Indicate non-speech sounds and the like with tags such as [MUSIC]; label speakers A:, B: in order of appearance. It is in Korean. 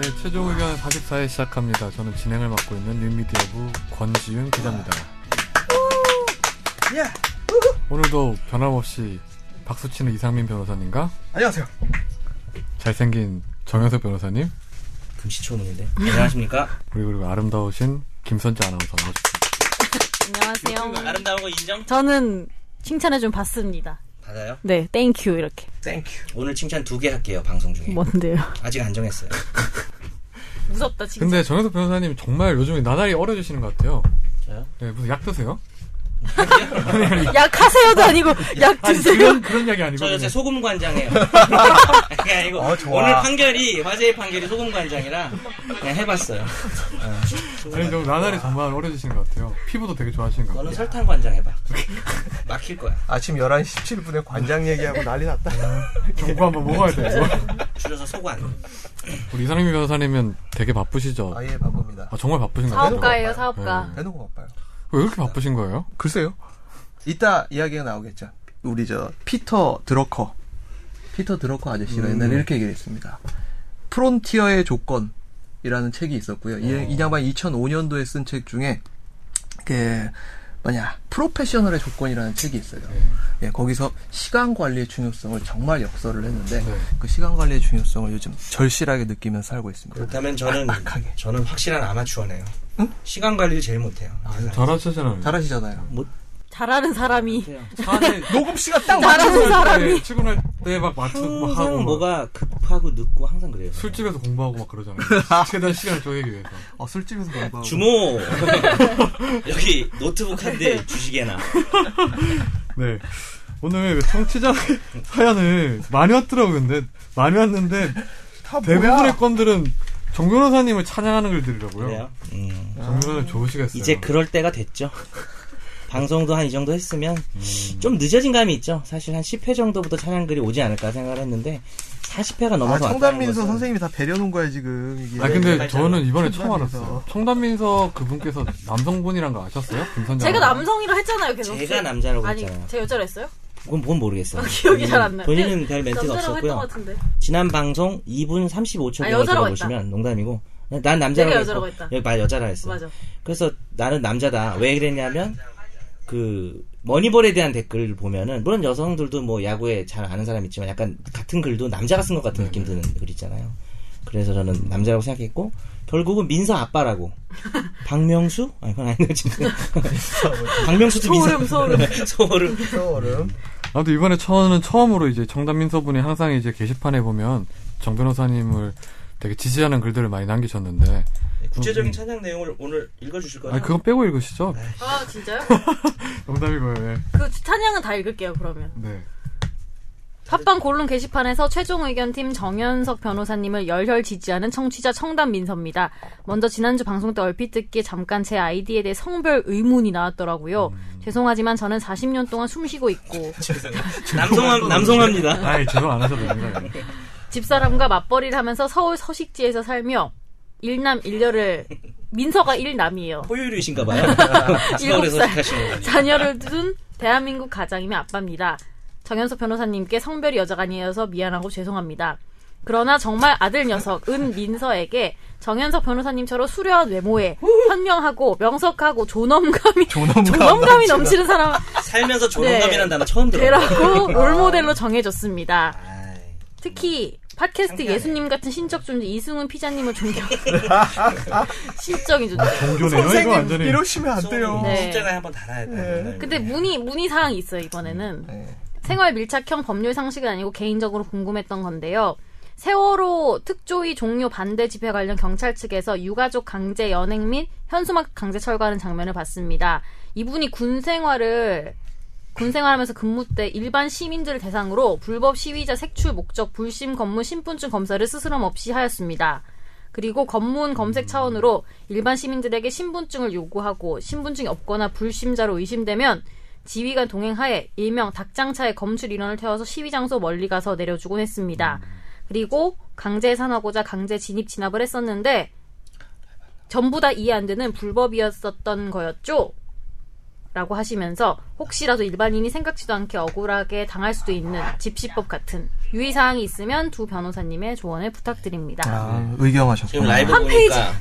A: 네, 역사에 시작합니다. 저는 진행을 맡고 있는 뉴미디어부 권지윤 기자입니다.
B: 예.
A: 오늘도 변함없이 박수치는 이상민 변호사님과
B: 안녕하세요.
A: 잘생긴 정현석 변호사님
C: 금시초문인데. 안녕하십니까?
A: 그리고, 그리고 아름다우신 김선재 아나운서 나오셨습니다.
C: 음,
D: 안녕하세요.
C: 아름다운 거 인정?
D: 저는 칭찬을 좀 받습니다.
C: 받아요.
D: 네, 땡큐 이렇게.
B: 땡큐.
C: 오늘 칭찬 두 개 할게요 방송 중에.
D: 뭔데요?
C: 아직 안 정했어요.
D: 무섭다 진짜.
A: 근데 정현석 변호사님 정말 요즘에 나날이 어려지시는 것 같아요.
C: 저요?
A: 네, 무슨 약 드세요?
D: 약 하세요도 아니고 약
A: 아니,
D: 드세요.
A: 그런, 그런 약이 아니고
C: 저 요새
A: 그냥
C: 소금 [LAUGHS] 관장해요. 그게 아니고
B: 어, 좋아.
C: 오늘 판결이 화제의 판결이 소금 관장이라 그냥 해봤어요.
A: 아니, 저 나날이 정말 어려지시는 것 같아요. 피부도 되게 좋아하시는 것
C: 너는
A: 같아요.
C: 설탕 관장 해봐. 막힐 거야.
B: 아침 11시 17분에 관장 얘기하고 난리 났다.
A: 정보 한번 먹어야 돼요.
C: 줄여서 소고 안. 돼.
A: 우리 이상민 변호사님은 되게 바쁘시죠?
B: 아예 바쁩니다.
A: 아, 정말 바쁘신 것 같아요.
C: 네.
D: 사업가예요, 사업가.
B: 해놓고 바빠요.
A: 왜 이렇게 바쁘신 거예요?
B: 글쎄요. 이따 이야기가 나오겠죠. 우리 저 피터 드러커. 음. 피터 드러커 아저씨가 옛날에 이렇게 얘기를 했습니다. 프론티어의 조건. 이라는 책이 있었고요. 이, 이 양반 2005년도에 쓴 책 중에 그 뭐냐 프로페셔널의 조건이라는 책이 있어요. 예, 거기서 시간 관리의 중요성을 정말 역설을 했는데
A: 네.
B: 그 시간 관리의 중요성을 요즘 절실하게 느끼면서 살고 있습니다.
C: 그렇다면 저는
B: 빡빡하게.
C: 저는 확실한 아마추어네요. 시간 관리를 제일 못해요.
A: 잘하시잖아요.
B: 잘하시잖아요.
D: 잘하는 사람이
C: 네.
A: 사실
B: 녹음 시간 딱
D: 잘하는 사람이.
A: 출근할 때 막 맞추고 막 하고
C: 항상
A: 막
C: 뭐가 급하고 늦고 항상 그래요.
A: 술집에서 공부하고 막 그러잖아요. [LAUGHS] 최대한 시간을 쪼개기 위해서.
B: 어, 술집에서 공부하고
C: [LAUGHS] 주모 여기 노트북 한 대 주시게나.
A: 네. 오늘 왜 청취자 사연을 많이 왔더라고요. 근데 많이 왔는데
B: 다 뭐야?
A: 대부분의 건들은 정 변호사님을 찬양하는 글들이라고요.
C: 그래요. 음.
A: 정 변호사님 좋으시겠어요.
C: 이제 그럴 때가 됐죠. [LAUGHS] 방송도 한 이 정도 했으면
B: 음.
C: 좀 늦어진 감이 있죠. 사실 한 10회 정도부터 찬양글이 오지 않을까 생각을 했는데 40회가
B: 아,
C: 넘어서
B: 청담민서
C: 왔다는 것은
B: 선생님이 다 배려놓은 거야 지금 이게.
A: 아 근데
C: 네,
A: 저는 이번에
B: 청담민서.
A: 처음 알았어요. 청담민서 그분께서 남성분이란 거 아셨어요? 김선재.
D: 제가
A: 아나운서.
D: 남성이라 했잖아요, 계속.
C: 제가 남자라고
D: 아니,
C: 했잖아요.
D: 제가 여자라 했어요? 아,
C: 그건 뭔 모르겠어요.
D: 기억이 잘 안 나요.
C: 본인은 별 멘트가
D: 남자라고 했던 것
C: 없었고요. 네.
D: 같은데.
C: 지난 방송 2분 35초
D: 아,
C: 경을
D: 여자라고
C: 들어보시면 농담이고 난 남자라고
D: 내가
C: 했고,
D: 여자라고 했다.
C: 여기 말 여자라 했어.
D: 맞아.
C: 그래서 나는 남자다. 왜 그랬냐면 그 머니볼에 대한 댓글을 보면은 물론 여성들도 뭐 야구에 잘 아는 사람 있지만 약간 같은 글도 남자가 쓴 것 같은 느낌 드는
D: 음.
C: 글 있잖아요. 그래서 저는 남자라고 생각했고 결국은 민서
D: [LAUGHS]
C: 아빠라고 박명수 아니 그건 아니에요 지금 [LAUGHS] 박명수도 민서
D: 소름,
C: [LAUGHS]
D: 소름.
C: 소름
B: [LAUGHS] 얼음.
A: 아무튼 이번에 처음은 처음으로 이제 정담민서분이 항상 이제 게시판에 보면 정 변호사님을 되게 지지하는 글들을 많이 남기셨는데
C: 구체적인 찬양 내용을 오늘 읽어주실 거죠?
A: 아니 그거 빼고 읽으시죠.
B: 네.
D: 아, 진짜요?
A: 농담이고요. 예.
D: [LAUGHS] 그 찬양은 다 읽을게요, 그러면.
A: 네.
D: 팟빵 골룸 게시판에서 최종 의견팀 정현석 변호사님을 열혈 지지하는 청취자 청담 민서입니다. 먼저 지난주 방송 때 얼핏 듣기에 잠깐 제 아이디에 대해 성별 의문이 나왔더라고요. 죄송하지만 저는 40년 동안 숨쉬고 있고
C: 남성함 남성합니다.
A: 아이 죄송 안 하셔도
B: [LAUGHS]
A: 됩니다. 예.
D: 집사람과 맞벌이를 하면서 서울 서식지에서 살며 일남 일녀를 민서가 일남이에요.
C: [LAUGHS] 포유류이신가봐요. 서울에서
D: 살.
C: 하시는 거니
D: 자녀를 둔 대한민국 가장이며 아빠입니다. 정현석 변호사님께 성별이 여자가 아니어서 미안하고 죄송합니다. 그러나 정말 아들 녀석 은민서에게 정현석 변호사님처럼 수려한 외모에 현명하고 명석하고 존엄감이
B: 존엄감
D: 존엄감이
B: 넘치는.
D: 넘치는 사람
C: 살면서 존엄감이라는
D: 네.
C: 단어 처음 들어.
D: 되라고 롤모델로 정해졌습니다.
C: 아
D: 특히 팟캐스트
C: 창피하네.
D: 예수님 같은 신적 존재 이승훈 피자님을 존경.
B: [LAUGHS]
D: 신적인 존재.
A: 종교네요 이거
B: 선생님
A: 완전히.
B: 이러시면 안 돼요.
D: 네.
C: 숫자가 한번 달아야 네. 돼.
D: 근데 문의 문의 사항 이 있어요 이번에는
B: 네.
D: 생활 밀착형 법률 상식은 아니고 개인적으로 궁금했던 건데요. 세월호 특조위 종료 반대 집회 관련 경찰 측에서 유가족 강제 연행 및 현수막 강제 철거하는 장면을 봤습니다. 이분이 군 생활을 군 생활하면서 근무 때 일반 시민들을 대상으로 불법 시위자 색출 목적 불심 검문 신분증 검사를 스스럼 없이 하였습니다. 그리고 검문 검색 차원으로 일반 시민들에게 신분증을 요구하고 신분증이 없거나 불심자로 의심되면 지휘관 동행하에 일명 닭장차에 검출 인원을 태워서 시위 장소 멀리 가서 내려주곤 했습니다. 그리고 강제 산하고자 강제 진입 진압을 했었는데 전부 다 이해 안 되는 불법이었었던 거였죠. 라고 하시면서 혹시라도 일반인이 생각지도 않게 억울하게 당할 수도 있는 집시법 같은 유의사항이 있으면 두 변호사님의 조언을 부탁드립니다.
B: 아, 의경하셨구나.
C: 지금 라이브
D: 한 페이지
C: 보니까
D: 한